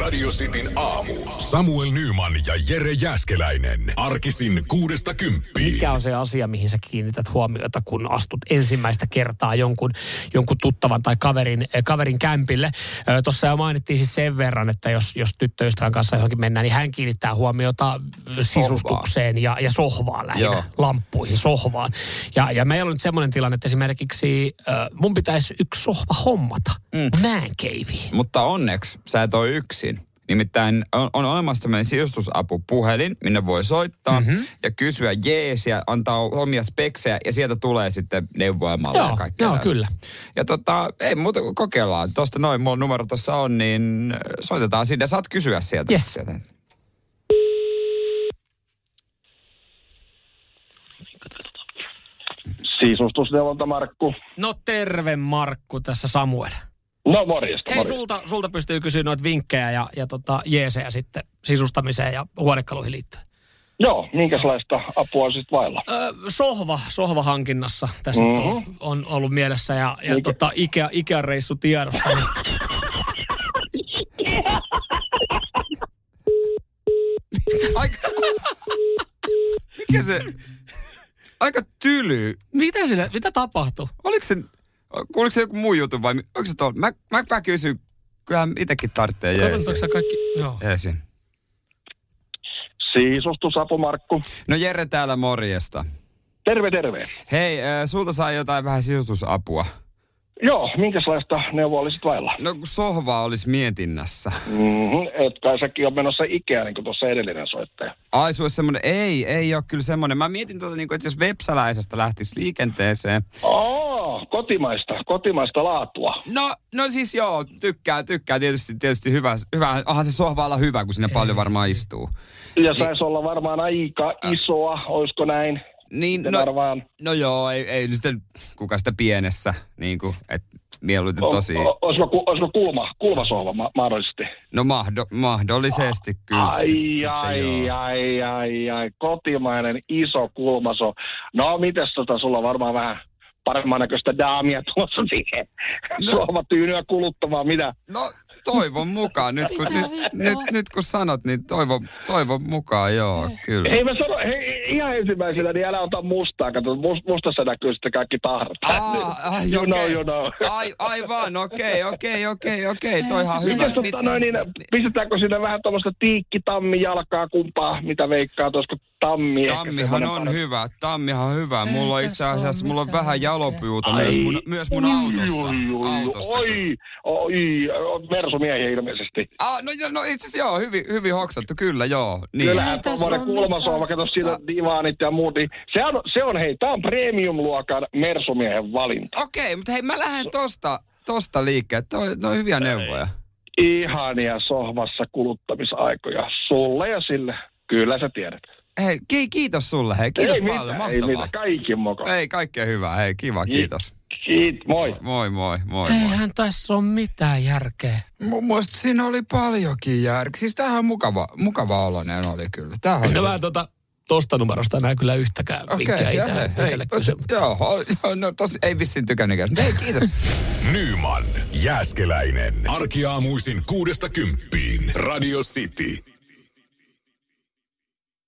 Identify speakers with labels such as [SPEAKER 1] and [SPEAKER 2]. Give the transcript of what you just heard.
[SPEAKER 1] Radio Cityn aamu. Samuel Nyman ja Jere Jäskeläinen. Arkisin kuudesta kymppiin.
[SPEAKER 2] Niin. Mikä on se asia, mihin sä kiinnität huomiota, kun astut ensimmäistä kertaa jonkun, jonkun tuttavan tai kaverin, eh, kaverin kämpille? Tuossa jo mainittiin siis sen verran, että jos, jos tyttöystävän kanssa johonkin mennään, niin hän kiinnittää huomiota eh, sisustukseen ja, ja sohvaan lähinnä.
[SPEAKER 3] Joo.
[SPEAKER 2] Lamppuihin, sohvaan. Ja, ja meillä on nyt semmoinen tilanne, että esimerkiksi äh, mun pitäisi yksi sohva hommata. Mm. Mä en keiviin.
[SPEAKER 3] Mutta onneksi sä et ole yksin. Nimittäin on, on olemassa tämmöinen sijoitusapupuhelin, minne voi soittaa
[SPEAKER 2] Mhm.
[SPEAKER 3] mm-hmm. ja kysyä jeesiä, antaa omia speksejä ja sieltä tulee sitten neuvoja malleja
[SPEAKER 2] Joo,
[SPEAKER 3] ja kaikkea.
[SPEAKER 2] joo,
[SPEAKER 3] tällaista.
[SPEAKER 2] kyllä.
[SPEAKER 3] Ja tota, ei muuta kuin kokeillaan. Tuosta noin, mulla numero tuossa on, niin soitetaan sinne. Saat kysyä sieltä.
[SPEAKER 2] Yes.
[SPEAKER 3] sieltä.
[SPEAKER 4] Sisustusneuvonta Markku.
[SPEAKER 2] No terve Markku, tässä Samuel.
[SPEAKER 4] No morjesta,
[SPEAKER 2] Hei,
[SPEAKER 4] morjesta.
[SPEAKER 2] sulta, sulta pystyy kysyä noita vinkkejä ja, ja tota, jeesejä sitten sisustamiseen ja huonekaluihin liittyen.
[SPEAKER 4] Joo, minkälaista apua on sitten vailla?
[SPEAKER 2] Ö, sohva, sohvahankinnassa tässä mm-hmm. on, on ollut mielessä ja, ja
[SPEAKER 4] Mikä-
[SPEAKER 2] tota, Ikea, Ikean reissu tiedossa. Niin.
[SPEAKER 3] Aika... Mikä se... Aika tyly.
[SPEAKER 2] Mitä, sille, mitä tapahtui?
[SPEAKER 3] Oliko se... Kuuliko se joku muu juttu vai... Onko se tuolla? Mä, mä, mä kysyn. Kyllähän itsekin tarvitsee jeesiä.
[SPEAKER 2] Katsotaanko sä kaikki? Joo.
[SPEAKER 3] Jeesi.
[SPEAKER 4] Sisustusapu Markku.
[SPEAKER 3] No Jere täällä morjesta.
[SPEAKER 4] Terve, terve.
[SPEAKER 3] Hei, äh, sulta saa jotain vähän sisustusapua.
[SPEAKER 4] Joo, minkälaista neuvoa olisit vailla?
[SPEAKER 3] No kun sohva olisi mietinnässä.
[SPEAKER 4] Mm-hmm. Et kai säkin on menossa Ikea, niin kuin tuossa edellinen soittaja.
[SPEAKER 3] Ai, sulla olisi semmoinen, ei, ei ole kyllä semmoinen. Mä mietin tuota, niin kuin, että jos vepsäläisestä lähtisi liikenteeseen.
[SPEAKER 4] Oo, kotimaista, kotimaista laatua.
[SPEAKER 3] No, no siis joo, tykkää, tykkää tietysti, tietysti hyvä, hyvä. Onhan se sohva olla hyvä, kun sinne paljon varmaan istuu.
[SPEAKER 4] Ja saisi olla varmaan aika isoa, oisko näin?
[SPEAKER 3] Niin,
[SPEAKER 4] Sitten
[SPEAKER 3] no,
[SPEAKER 4] varmaan-
[SPEAKER 3] no joo, ei, ei nyt sitten kuka sitä pienessä, niin kuin, että mieluiten
[SPEAKER 4] Oh,
[SPEAKER 3] tosi.
[SPEAKER 4] Olisiko, ku, olisiko kulma, kulmasohva ma- mahdollisesti?
[SPEAKER 3] No mahdo, mahdollisesti kyllä.
[SPEAKER 4] ai,
[SPEAKER 3] sit- sitten
[SPEAKER 4] ai,
[SPEAKER 3] joo.
[SPEAKER 4] ai, ai, ai, kotimainen iso kulmaso. No, mitäs tota, sulla on varmaan vähän paremman näköistä daamia tuossa siihen no. suomatyynyä kuluttamaan, mitä?
[SPEAKER 3] No toivon mukaan, nyt kun,
[SPEAKER 2] Mitä
[SPEAKER 3] nyt,
[SPEAKER 2] vittua?
[SPEAKER 3] nyt, nyt kun sanot, niin toivon, toivon mukaan, joo, kyllä.
[SPEAKER 4] Hei mä sano, hei, ihan ensimmäisenä, niin älä ota mustaa, kato, mus- mustassa näkyy sitten kaikki tahrat.
[SPEAKER 3] Ah, ai,
[SPEAKER 4] you know,
[SPEAKER 3] okei.
[SPEAKER 4] you know.
[SPEAKER 3] Ai, aivan, okei, okei, okei, okei, toihan hyvä.
[SPEAKER 4] Mitäs tota
[SPEAKER 3] Mit-
[SPEAKER 4] noin, niin pistetäänkö sinne vähän tuommoista tiikki-tammi-jalkaa kumpaa, mitä veikkaa, olisiko tammi? ehkä
[SPEAKER 3] Tammihan
[SPEAKER 4] semmoinen
[SPEAKER 3] on
[SPEAKER 4] parempi.
[SPEAKER 3] hyvä, tammihan on hyvä. Mulla on itse asiassa, mulla on vähän jalopiuta
[SPEAKER 4] Ai.
[SPEAKER 3] myös mun, myös mun autossa.
[SPEAKER 4] Oi, oi, oi,
[SPEAKER 3] autossa kyllä.
[SPEAKER 4] oi, oi, oi, mersumiehiä ilmeisesti.
[SPEAKER 3] Ah, no, no itse asiassa joo, hyvin, hyvin hoksattu, kyllä joo. Niin.
[SPEAKER 4] Kyllähän
[SPEAKER 5] tässä
[SPEAKER 4] tuommoinen
[SPEAKER 5] on
[SPEAKER 4] kulmasohva, kato siinä
[SPEAKER 3] Ah.
[SPEAKER 4] divaanit ja muut, niin se on, se on hei, tämä on premium-luokan mersumiehen valinta.
[SPEAKER 3] Okei, mutta hei, mä lähden tosta, tosta liikkeelle. Toi, no hyviä neuvoja.
[SPEAKER 4] Ihania sohvassa kuluttamisaikoja sulle ja sille. Kyllä sä tiedät.
[SPEAKER 3] Hei, ki- kiitos sulle, hei, kiitos
[SPEAKER 4] ei
[SPEAKER 3] paljon,
[SPEAKER 4] mitään, ei
[SPEAKER 3] mahtavaa.
[SPEAKER 4] mitään, kaikki moka.
[SPEAKER 3] Ei, kaikkea hyvää. Hei, kiva, kiitos.
[SPEAKER 4] Kiit, moi.
[SPEAKER 3] Moi, moi, moi, moi.
[SPEAKER 2] Eihän tässä ole mitään järkeä.
[SPEAKER 3] Mun mielestä siinä oli paljonkin järkeä. Siis tämähän on mukava, mukava oloinen oli kyllä. Tämähän oli.
[SPEAKER 2] No mä en tota, tosta numerosta enää kyllä yhtäkään okay, vinkkiä
[SPEAKER 3] joo,
[SPEAKER 2] itselle,
[SPEAKER 3] hei,
[SPEAKER 2] itselle
[SPEAKER 3] hei,
[SPEAKER 2] kysy.
[SPEAKER 3] Joo, oli- joo, no tosi, ei vissiin tykännytkään. Mutta Hei, kiitos.
[SPEAKER 1] Nyman, Jääskeläinen. Arkiaamuisin kuudesta kymppiin. Radio City.